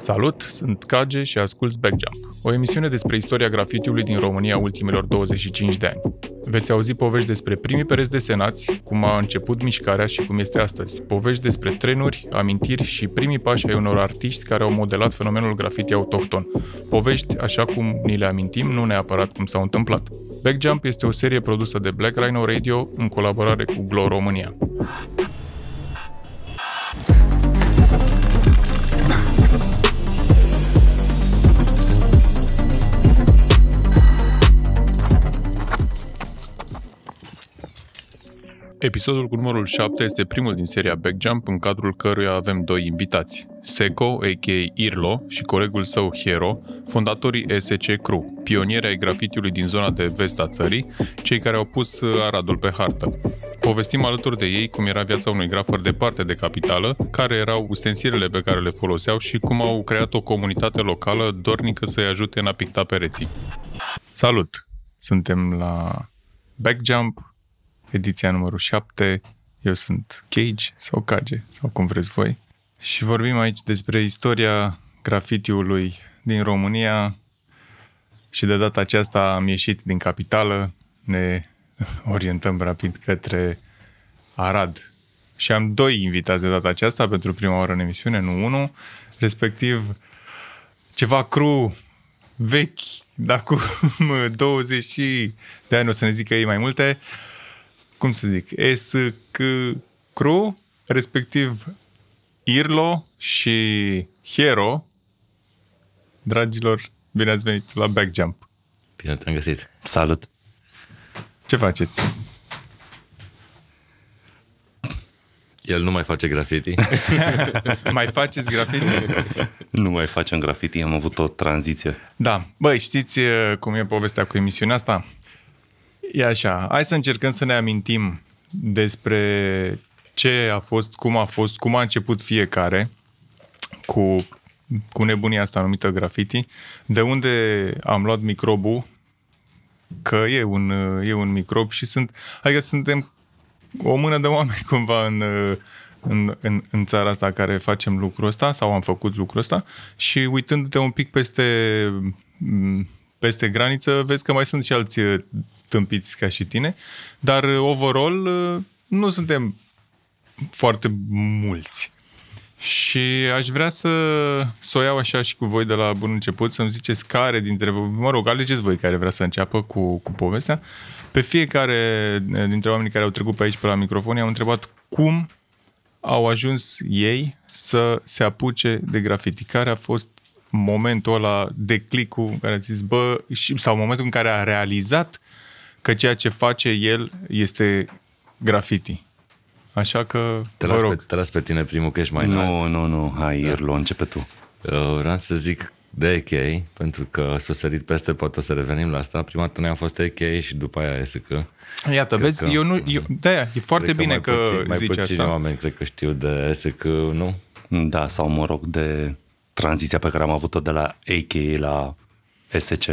Salut, sunt Cage și ascult Backjump, o emisiune despre istoria grafitiului din România ultimilor 25 de ani. Veți auzi povești despre primii pereți desenați, cum a început mișcarea și cum este astăzi, povești despre trenuri, amintiri și primii pași ai unor artiști care au modelat fenomenul grafiti autohton, povești așa cum ni le amintim, nu neapărat cum s-au întâmplat. Backjump este o serie produsă de Black Rhino Radio în colaborare cu Glo România. Episodul cu numărul 7 este primul din seria Backjump, în cadrul căruia avem doi invitați. Seco, a.k.a. Irlo, și colegul său Hiero, fondatorii SC Crew, pionieri ai grafitiului din zona de vest a țării, cei care au pus uh, Aradul pe hartă. Povestim alături de ei cum era viața unui grafer departe de capitală, care erau ustensilele pe care le foloseau și cum au creat o comunitate locală dornică să-i ajute în a picta pereții. Salut! Suntem la Backjump, ediția numărul 7. Eu sunt Cage sau Cage, sau cum vreți voi. Și vorbim aici despre istoria grafitiului din România și de data aceasta am ieșit din capitală, ne orientăm rapid către Arad. Și am doi invitați de data aceasta pentru prima oară în emisiune, nu unul, respectiv ceva cru vechi, dar cu 20 și de ani o să ne zică ei mai multe cum să zic, S, C, Cru, respectiv Irlo și Hero. Dragilor, bine ați venit la Backjump. Bine te-am găsit. Salut. Ce faceți? El nu mai face graffiti. Mai faceți grafiti? Nu mai facem graffiti, am avut o tranziție. Da. Băi, știți e, cum e povestea cu emisiunea asta? E așa, hai să încercăm să ne amintim despre ce a fost, cum a fost, cum a început fiecare cu, cu nebunia asta numită graffiti, de unde am luat microbul, că e un, e un microb și sunt, adică suntem o mână de oameni cumva în, uh, în, în, în țara asta care facem lucrul ăsta sau am făcut lucrul ăsta și uitându-te un pic peste, m, peste graniță, vezi că mai sunt și alți uh, tâmpiți ca și tine, dar uh, overall uh, nu suntem foarte mulți. Și aș vrea să, să o iau așa și cu voi de la bun început, să-mi ziceți care dintre voi, mă rog, alegeți voi care vrea să înceapă cu, cu povestea. Pe fiecare dintre oamenii care au trecut pe aici pe la microfon, i-am întrebat cum au ajuns ei să se apuce de grafiti. Care a fost momentul ăla, declicul în care a zis, bă, și, sau momentul în care a realizat că ceea ce face el este grafiti. Așa că, Te vă las, pe, rog, te las pe tine primul, că ești mai înalt. Nu, nu, nu, hai, Irlo, începe tu. Uh, Vreau să zic de EK, pentru că s-a sărit peste, poate o să revenim la asta. Prima dată noi am fost EK și după aia SK. iată, vezi, că- eu nu, eu, de e foarte Cred bine mai că, puțin, mai zici puțini asta. oameni cred că știu de SK, nu? Da, sau mă rog de tranziția pe care am avut-o de la AK la SC.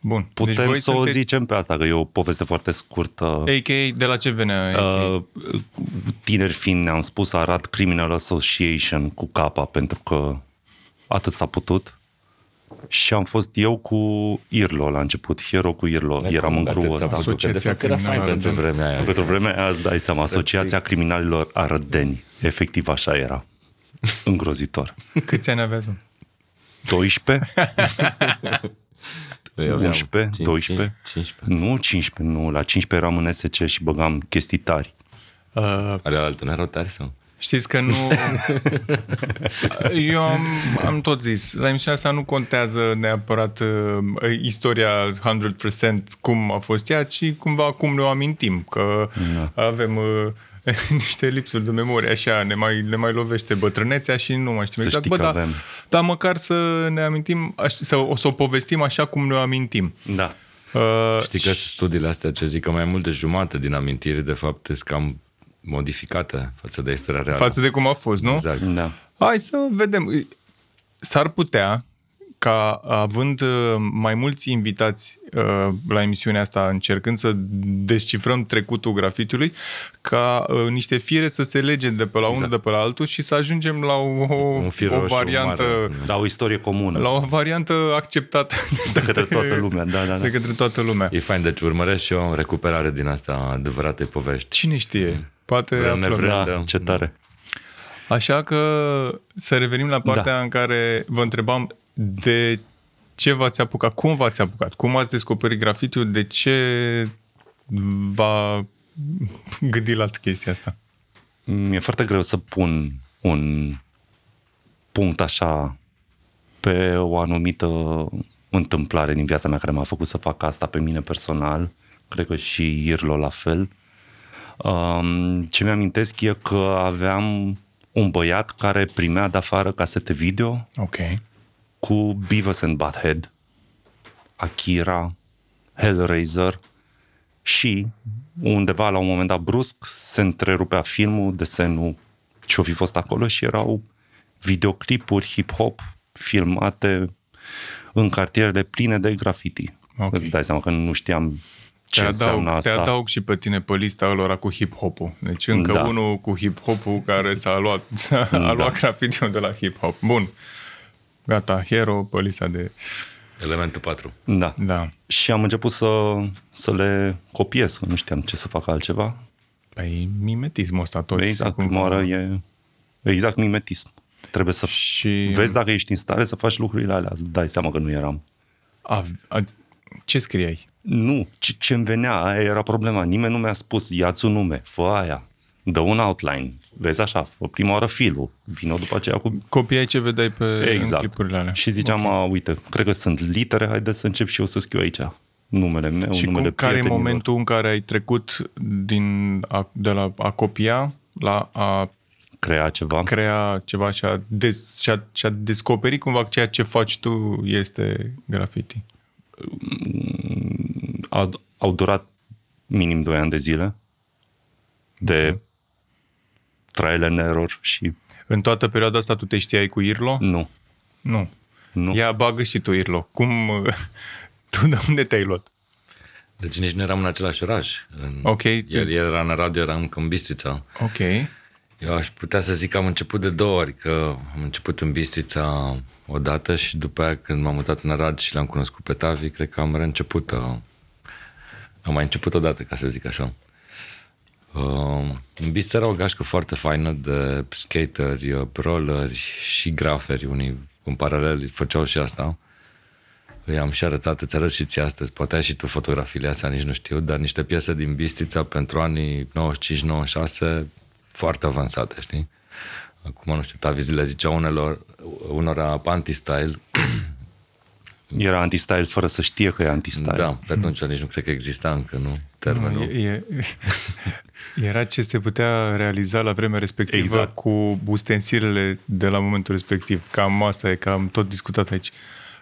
Bun. Putem voi deci să o sunteți- zicem pe asta, că e o poveste foarte scurtă. A.K. de la ce venea? Uh, Uh, tineri fiind, ne-am spus, arat Criminal Association cu capa, pentru că atât s-a putut. Și am fost eu cu Irlo la început, Hero cu Irlo, eram în crew ăsta. Asociația de Asociația fapt era fain Criminală pentru Arădeni. vremea aia. Pentru vremea aia, îți dai seama, Asociația Criminalilor Arădeni. Efectiv așa era. Îngrozitor. Câți ani aveați? mă? 12? Eu aveam 11? 15, 12? 15. Nu, 15, nu. La 15 eram în SC și băgam chestii tari. Uh, Ale alte n-erau tari sau? știți că nu... Eu am, am tot zis, la emisiunea asta nu contează neapărat uh, istoria 100% cum a fost ea, ci cumva cum ne o amintim, că Da. avem... Uh, niște lipsuri de memorie, așa, ne mai, ne mai lovește bătrânețea și nu mai știm Să exact. știi că dar, avem. dar măcar să ne amintim, aș- să, o să o povestim așa cum ne o amintim. Da. Uh, Știi că studiile astea ce zic că mai mult de jumate din amintiri de fapt sunt cam modificate față de istoria reală. Mm. față de cum a fost, nu? Exact. Da. Hai să vedem. Îi- S-ar putea ca având uh, mai mulți invitați uh, la emisiunea asta, încercând să descifrăm trecutul grafitului, ca uh, niște fire să se lege de pe la exact. unul de pe la altul și să ajungem la o, Un fir o roșu variantă mare. Da, o istorie comună. la o variantă acceptată De către toată lumea, da, da, da. de către toată lumea. E fain, deci urmăresc și eu recuperare din asta adevărate povești. Cine știe? Poate Vrem aflăm. nevrem. Da, Da. ce tare. Așa că să revenim la partea da. în care vă întrebam de ce v-ați apucat, cum v-ați apucat, cum ați descoperit grafitiul, de ce v-a gândit la chestia asta. Mi-e foarte greu să pun un punct așa pe o anumită întâmplare din viața mea care m-a făcut să fac asta pe mine personal. Cred că și Irlo la fel. Um, ce mi-amintesc e că aveam un băiat care primea de afară casete video Ok. cu Beavis and Butthead, Akira, Hellraiser și undeva la un moment dat brusc se întrerupea filmul, desenul ce-o fi fost acolo și erau videoclipuri hip-hop filmate în cartierele pline de graffiti. Ok. Îți dai seama că nu știam ce te, înseamnă adaug, te asta. adaug și pe tine pe lista lor cu hip-hop-ul. Deci încă da. Da. unul cu hip-hop-ul care s-a luat, a luat da. grafitiul de la hip-hop. Bun. Gata, hero pe lista de... Elementul 4. Da. Da. Și am început să, să le copiez, că nu știam ce să fac altceva. Păi mimetismul ăsta tot. Exact, cum oară e exact mimetism. Trebuie să Și... Vezi dacă ești în stare să faci lucrurile alea. Îți dai seama că nu eram. A, a, ce scriai? Nu, ce, ce îmi venea, aia era problema. Nimeni nu mi-a spus, ia-ți un nume, fă aia, dă un outline, vezi așa, fă prima oară filul, vină după aceea cu... Copiai ce vedeai pe exact. în Exact. clipurile alea. Și ziceam, a, uite, cred că sunt litere, haide să încep și eu să scriu aici numele meu, și numele cum, care e prietenilor. momentul în care ai trecut din, a, de la a copia la a Crea ceva. crea ceva și a, des, și, a, și a descoperi cumva că ceea ce faci tu este graffiti? au, au durat minim 2 ani de zile de trial and error și În toată perioada asta tu te știai cu Irlo? nu. Nu. Nu. Ia bagă și tu Irlo. Cum... Tu de unde te-ai luat? Deci nici nu eram în același oraș. În... Ok. El, el era în radio, eram în Bistrița. Ok. Eu aș putea să zic că am început de două ori, că am început în Bistrița odată și după aia când m-am mutat în Arad și l-am cunoscut pe Tavi, cred că am reînceput uh, am mai început odată, ca să zic așa. Uh, în Bistrița era o gașcă foarte faină de skateri, uh, rolleri și graferi, unii în paralel făceau și asta. Îi Păi am și arătat, îți arăt și ți astăzi, poate ai și tu fotografiile astea, nici nu știu, dar niște piese din Bistrița pentru anii 95-96, foarte avansate, știi? Acum, nu știu, Taviz le zicea unelor, unora anti-style, Era anti-style fără să știe că e anti-style. da, pe atunci nici nu cred că exista încă, nu? Termenul. E, e, era ce se putea realiza la vremea respectivă exact. Exact. cu ustensilele de la momentul respectiv. Cam asta e, că am tot discutat aici.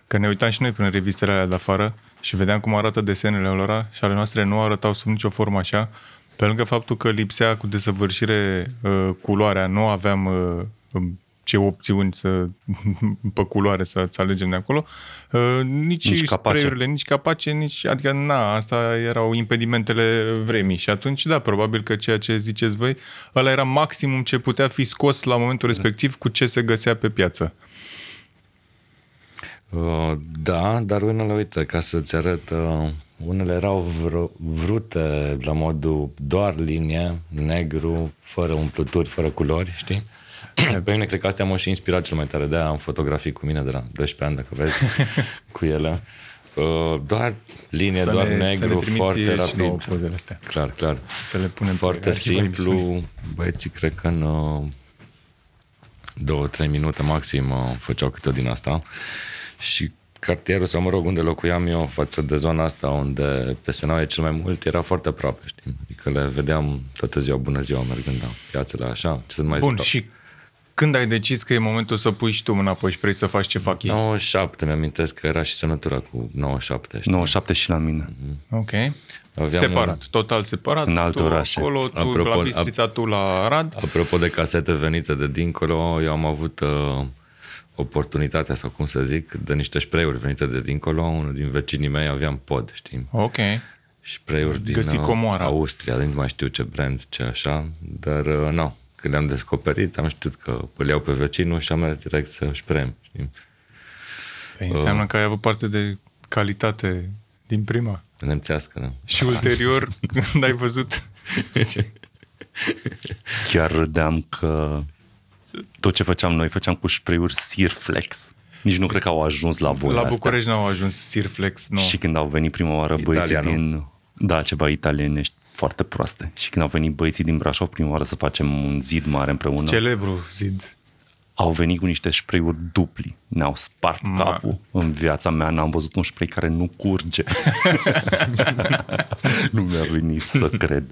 Că ne uitam și noi prin revistele alea de afară și vedeam cum arată desenele lor și ale noastre nu arătau sub nicio formă așa. Pe lângă faptul că lipsea cu desăvârșire uh, culoarea, nu aveam uh, ce opțiuni să, pe culoare să, să alegem de acolo, uh, nici, nici Nici capace. spray capacele, nici capace, nici... Adică, na, asta erau impedimentele vremii. Și atunci, da, probabil că ceea ce ziceți voi, ăla era maximum ce putea fi scos la momentul respectiv cu ce se găsea pe piață. Uh, da, dar unele, uite, ca să-ți arăt, uh, unele erau vr- vrute la modul doar linie, negru, fără umpluturi, fără culori, știi? Pe mine cred că astea m-au și inspirat cel mai tare, de-aia am fotografii cu mine de la 12 ani, dacă vezi, cu ele. Uh, doar linie, Să doar ne- să ne negru, trimiți foarte și nouă rapid. pozele astea. Clar, clar. Să le punem pe Foarte arhiva simplu. Băieții, cred că în uh, două, trei minute maxim uh, făceau câte o din asta. Și cartierul, sau mă rog, unde locuiam eu față de zona asta unde desenau e cel mai mult, era foarte aproape, știi? Adică le vedeam toată ziua, bună ziua, mergând la piațele așa, ce să mai Bun, zic. și când ai decis că e momentul să pui și tu mâna pe și vrei să faci ce fac ei? 97, mi-amintesc că era și semnătura cu 97, știi? 97 și la mine. Ok. Aveam separat, total separat. În alt tu oraș. Acolo, tu Apropo, la Bistrița, tu la Arad. Apropo de casete venite de dincolo, eu am avut uh, o oportunitatea, sau cum să zic, de niște spray-uri venite de dincolo. Unul din vecinii mei avea în pod, știi? Ok. Spray-uri din Găsi uh, comoara. Austria, nu mai știu ce brand, ce așa, dar uh, nu. Când le-am descoperit, am știut că îl iau pe vecinul și am mers direct să sprem. știi? Păi Uh. înseamnă că ai avut parte de calitate din prima. Nemțească, da. Și ulterior, când ai văzut... Deci, Chiar râdeam că tot ce făceam noi, făceam cu spray-uri Sirflex. Nici nu cred că au ajuns la voi La astea. București n-au ajuns Sirflex, nu. Și când au venit prima oară băieții Italia, nu? din... Da, ceva italienești foarte proaste. Și când au venit băieții din Brașov prima oară să facem un zid mare împreună, Cel... Celebru zid. au venit cu niște spray-uri dupli. Ne-au spart Ma. capul. În viața mea n-am văzut un spray care nu curge. nu mi-a venit să cred.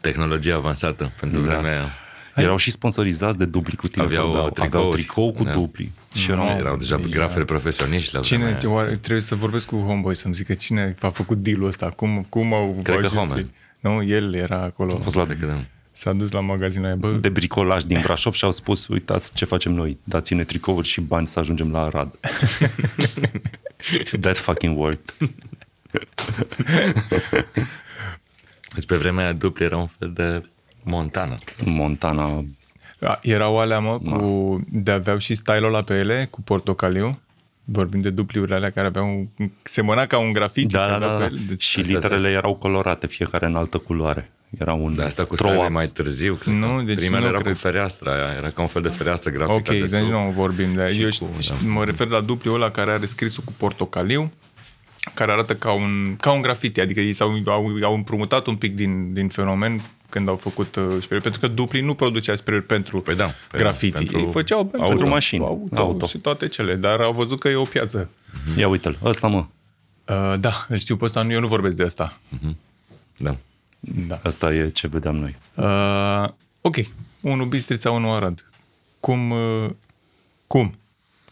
Tehnologie avansată pentru da. vremea aia. Erau și sponsorizați de dupli cu tine. Aveau aveau, aveau tricouri. tricou cu Da. dupli. Și Nu, erau erau deja graferi profesioniști la vremea Păi, Cine, aia. oare, trebuie să vorbesc cu Homeboy să-mi zică cine a făcut deal-ul ăsta, cum, cum au Cred că ajuns Homer. ei. Nu, el era acolo. fost la Cred că da. S-a dus la magazinul aia. Bă, de bricolaj din Brașov și au spus, uitați ce facem noi, dați-ne tricouri și bani să ajungem la Arad. That fucking worked. Deci pe vremea aia dupli era un fel de montană. Montana, a, erau alea, mă, Da. cu, de aveau și style la pe ele, cu portocaliu. Vorbim de dupliurile alea care aveau, un- semăna ca un grafit. da, da, da, da. Deci, Și literele erau colorate, fiecare în altă culoare. Era un Dar asta Da, cu throw-up. stare mai târziu, cred Nu, că. deci Primele nu erau cred. Da. cu fereastra aia, era ca un fel de fereastră grafică Ok, de deci sub. nu vorbim de... Eu cu- șt- mă refer la dupliul ăla care are scrisul cu portocaliu, care arată ca un, ca un grafiti, adică ei s-au, au, au împrumutat un pic din, din fenomen când au făcut uh, spray pentru că Dupli nu producea spray pentru Păi da, păi grafiti. da, pentru ei făceau pentru, auto. mașini, auto, auto. și toate cele, dar au văzut că e o piață. Ia uite-l, ăsta mă, Uh, da, îl știu pe ăsta, nu, eu nu vorbesc de asta. Da. Da. ăsta e ce vedeam noi. Uh, ok, unul Bistrița, unul Arad. Cum, uh, cum,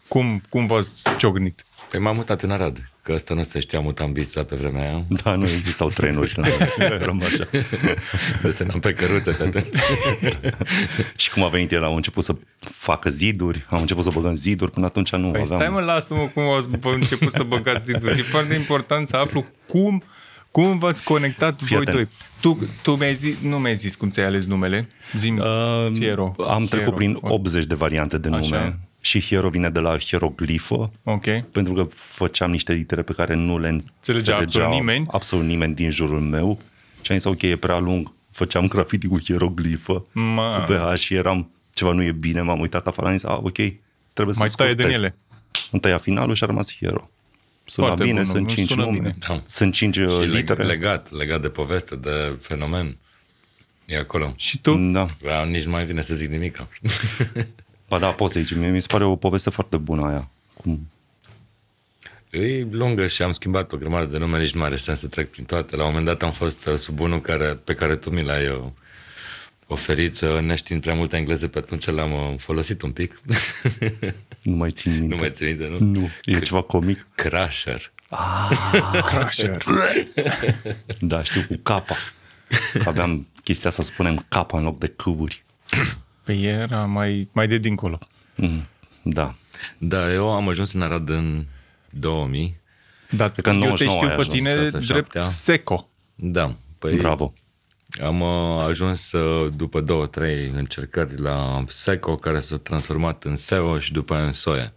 cum, cum v-ați ciognit? Păi m-am mutat în Arad, că ăsta nu se știa muta în Bistrița pe vremea aia. Da, nu existau trenuri la Rămăcea. Desenam pe căruțe pe atunci. Și cum a venit el, au început să facă ziduri, au început să băgăm ziduri, până atunci nu Păi aveam... stai mă, lasă-mă cum ați bă- început să băgați ziduri. E foarte important să aflu cum, cum v-ați conectat Fii voi atent. doi. Tu, tu mi-ai zis, nu mi-ai zis cum ți-ai ales numele. Zim, uh, Piero. Am trecut Piero. prin 80 de variante de nume Așa. și Hiero vine de la hieroglifă, Ok. pentru că făceam niște litere pe care nu le înțelegea absolut nimeni. absolut nimeni din jurul meu și am zis, ok, e prea lung, făceam grafiti cu hieroglifă, Ma. cu PH și eram, ceva nu e bine, m-am uitat afară, am zis, a, ok, trebuie să Mai taie din scurtez." ele. Am tăiat finalul și a rămas Hiero. Sună Foarte bine, bun, sunt nu cinci sună nume, bine. Da. sunt cinci uh, Și litere. leg- legat, legat de poveste, de fenomen. E acolo. Și tu? Da. Da, nici nu mai vine să zic nimic. Ba da, poți să zici, mie mi se pare o poveste foarte bună aia. Cum E lungă și am schimbat o grămadă de nume, nici nu are sens să trec prin toate. La un moment dat am fost uh, sub unul care, pe care tu mi l-ai uh, oferit, uh, neștiind prea multă engleză pe atunci, l-am uh, folosit un pic. nu mai țin minte. nu mai țin de nu? Nu, e ceva comic. Crasher. Crusher. Da, știu, cu capa. Că Aveam chestia să spunem capa în loc de câuri. Păi era mai, mai de dincolo. Mm, da. Da, eu am ajuns în Arad în 2000. Dar că în eu te 99 știu ai pe ajuns, tine asta, drept șaptea. seco. Da, păi Bravo. am uh, ajuns uh, după două, trei încercări la Seco, care s-a transformat în SEO și după aia în Soia.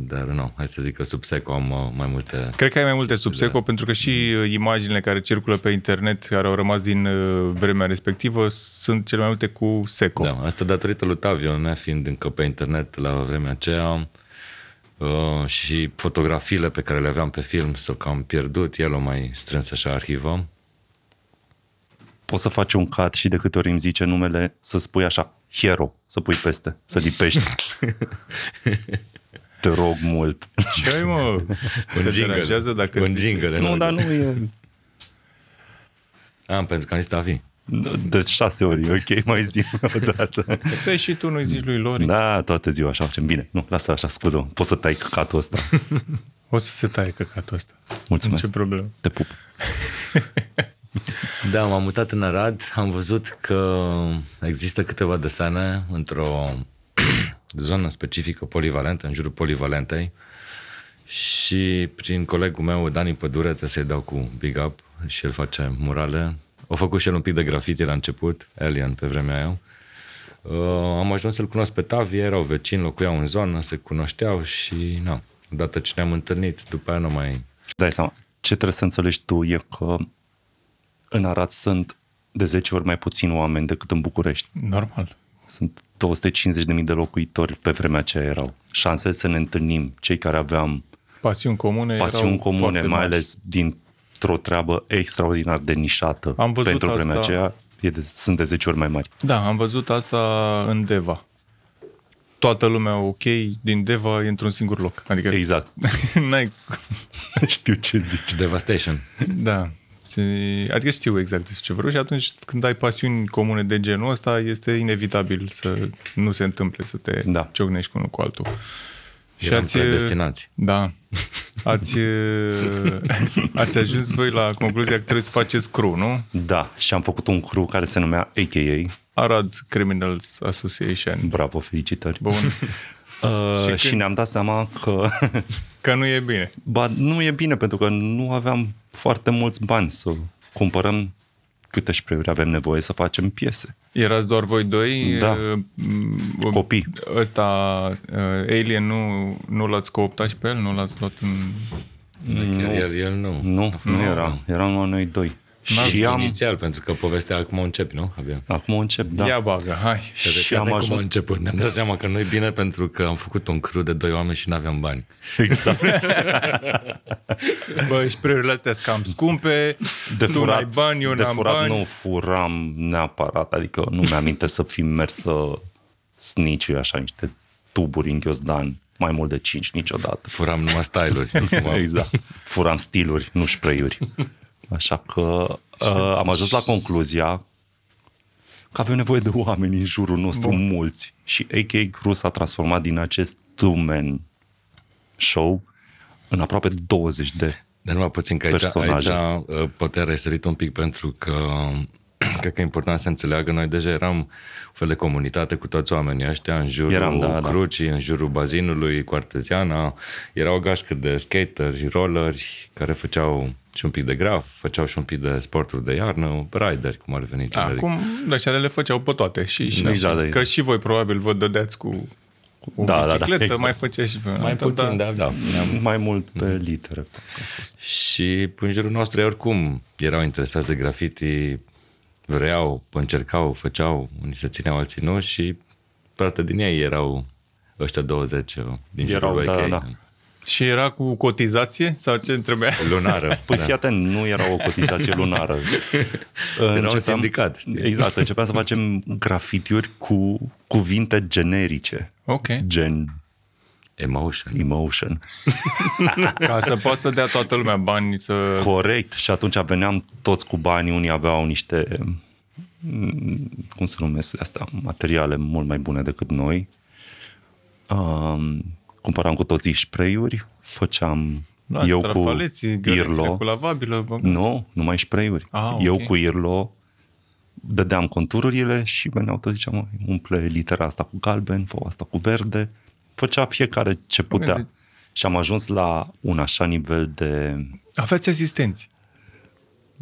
Dar nu, hai să zic că sub Seco am uh, mai multe Cred că ai mai multe sub seco, da. pentru că și uh, imaginile care circulă pe internet, care au rămas din uh, vremea respectivă, sunt cele mai multe cu seco. Da, asta datorită lui Tavio, ne fiind încă pe internet la vremea aceea uh, și fotografiile pe care le aveam pe film s-au cam pierdut, el o mai strâns așa arhivă. Poți să faci un cut și de câte ori îmi zice numele să spui așa, hero, să pui peste, să dipești. Te rog mult. Ce ai, mă? Te Un jingle. deranjează dacă un zici- jingle. Nu, dar nu e... Am, pentru că am zis Tavi. De șase ori, e ok, mai zi o dată. Te și tu nu-i zici lui Lori. Da. Da, toată ziua așa facem. Bine, nu, lasă așa, scuză Poți să tai căcatul ăsta. O să se taie căcatul ăsta. Mulțumesc. Ce problemă? Te pup. Da, m-am mutat în Arad, am văzut că există câteva desene într-o zonă specifică polivalentă, în jurul polivalentei și prin colegul meu, Dani Pădure, trebuie să-i dau cu big up și el face murale. O făcut și el un pic de grafiti la început, Alien pe vremea aia. Uh, am ajuns să-l cunosc pe Tavi, erau vecini, locuiau în zonă, se cunoșteau și na, odată ce ne-am întâlnit, după aia nu mai... Dai seama, ce trebuie să înțelegi tu e că în Arad sunt de 10 ori mai puțini oameni decât în București. Normal. Sunt 250.000 de locuitori pe vremea aceea erau. Șanse să ne întâlnim, cei care aveam Pasiuni comune pasiuni erau comune, foarte mai mari. ales dintr-o treabă extraordinar de nișată Am văzut pentru vremea asta. aceea, e de, sunt de 10 ori mai mari. Da, am văzut asta în Deva. Toată lumea ok din Deva e într-un singur loc. Adică Exact. n-ai... Știu ce zici. Devastation. Da. Se... Adică știu exact despre ce vreau și atunci când ai pasiuni comune de genul ăsta, este inevitabil să nu se întâmple să te Da. ciocnești cu unul cu altul. Și Eram predestinați. Da. Ați, eh, ați ajuns voi la concluzia că trebuie să faceți crew, nu? Da, și am făcut un crew care se numea AKA. Arad Criminals Association. Bravo, felicitări. Bun. Uh, și, când- și ne-am dat seama că Că nu e bine. ba, nu e bine pentru că nu aveam foarte mulți bani să cumpărăm câte spray avem nevoie să facem piese. Erați doar voi doi? Da. eh, m- Copii. Ăsta, eh, Alien, nu, nu l-ați cooptat și pe el? Nu l-ați luat în... Nu. Chiar el, el nu. Nu, nu era. Eram numai noi doi. Și Și am... inițial, pentru că povestea acum începi, nu? Abia. Acum încep, da. Da. Ia bagă, hai. Și am cum a ajuns... început. Ne-am dat seama că nu bine pentru că am făcut un crew de doi oameni și nu aveam bani. Exact. Bă, spray-urile astea sunt cam scumpe, De tu furat, n-ai bani, eu de n-am furat bani. nu furam neapărat, adică nu mi-aminte să fi mers să sniciui așa niște tuburi în ghiozdan mai mult de 5 niciodată. Furam numai style-uri. nu fumam. Exact. Furam stiluri, nu spray-uri. Așa că uh, am ajuns la concluzia că avem nevoie de oameni în jurul nostru, Bun. mulți. Și AK Crew s-a transformat din acest two-man show în aproape 20 de Dar numai puțin că aici, aici Personaje. uh, poate a răsărit un pic pentru că cred că e important să înțeleagă, noi deja eram un fel de comunitate cu toți oamenii ăștia în jurul Eram, eram, da, da, da. crucii, în jurul bazinului cu arteziana, era o gașcă de skateri, rolleri care făceau și un pic de graf, făceau și un pic de sporturi de iarnă, rideri, cum ar veni generic. Acum, da, și ale le făceau pe toate. Și, și Ah. Exact, și- da, că exact. și voi probabil vă dădeați cu, cu o Da, da, da, bicicletă, exact. mai făceai și pe Mai puțin, da, da. mai mult pe litere. Păi Și în jurul nostru, ei oricum, erau interesați de grafiti, vreau, încercau, făceau, unii se țineau, alții nu și parte din ei erau ăștia 20 din Erau, jurul da, AK. da, da. Și era cu cotizație sau ce trebuia? Lunară. Păi fii atent, nu era o cotizație lunară. Începeam- sindicat, știi? Exact, începeam să facem grafitiuri cu cuvinte generice, Ok. gen Emotion. emotion. Ca să poată să dea toată lumea bani să... Corect, și atunci veneam toți cu bani, unii aveau niște, m, cum să numesc asta, materiale mult mai bune decât noi. Um, cumpăram cu toții spray-uri, făceam Da, eu cu strafaleții, Irlo. cu lavabilă. Bă. Nu, numai spray-uri. Ah, ok. Eu cu Irlo dădeam contururile și veneau toți ziceam, "Măi, umple litera asta cu galben, fă asta cu verde. Făcea fiecare ce putea. deci- Și am ajuns la un așa nivel de... Aveți asistenți.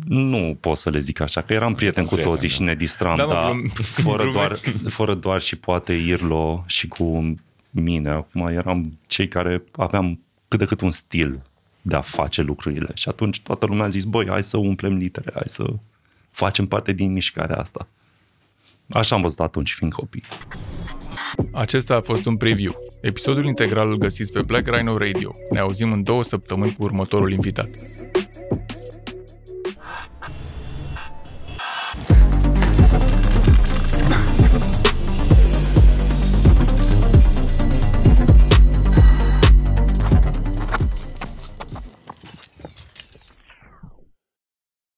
Nu pot să le zic așa, că eram prieten cu Prieten, toții și ne distram, Da, da, mă, dar glum- fără, doar, glumesc. fără doar și poate Irlo și cu mine. Acum eram cei care aveam cât de cât un stil de a face lucrurile. Și atunci toată lumea a zis, băi, hai să umplem litere, hai să facem parte din mișcarea asta. Așa am văzut atunci, fiind copii. Acesta a fost un preview. Episodul integral îl găsiți pe Black Rhino Radio. Ne auzim în două săptămâni cu următorul invitat.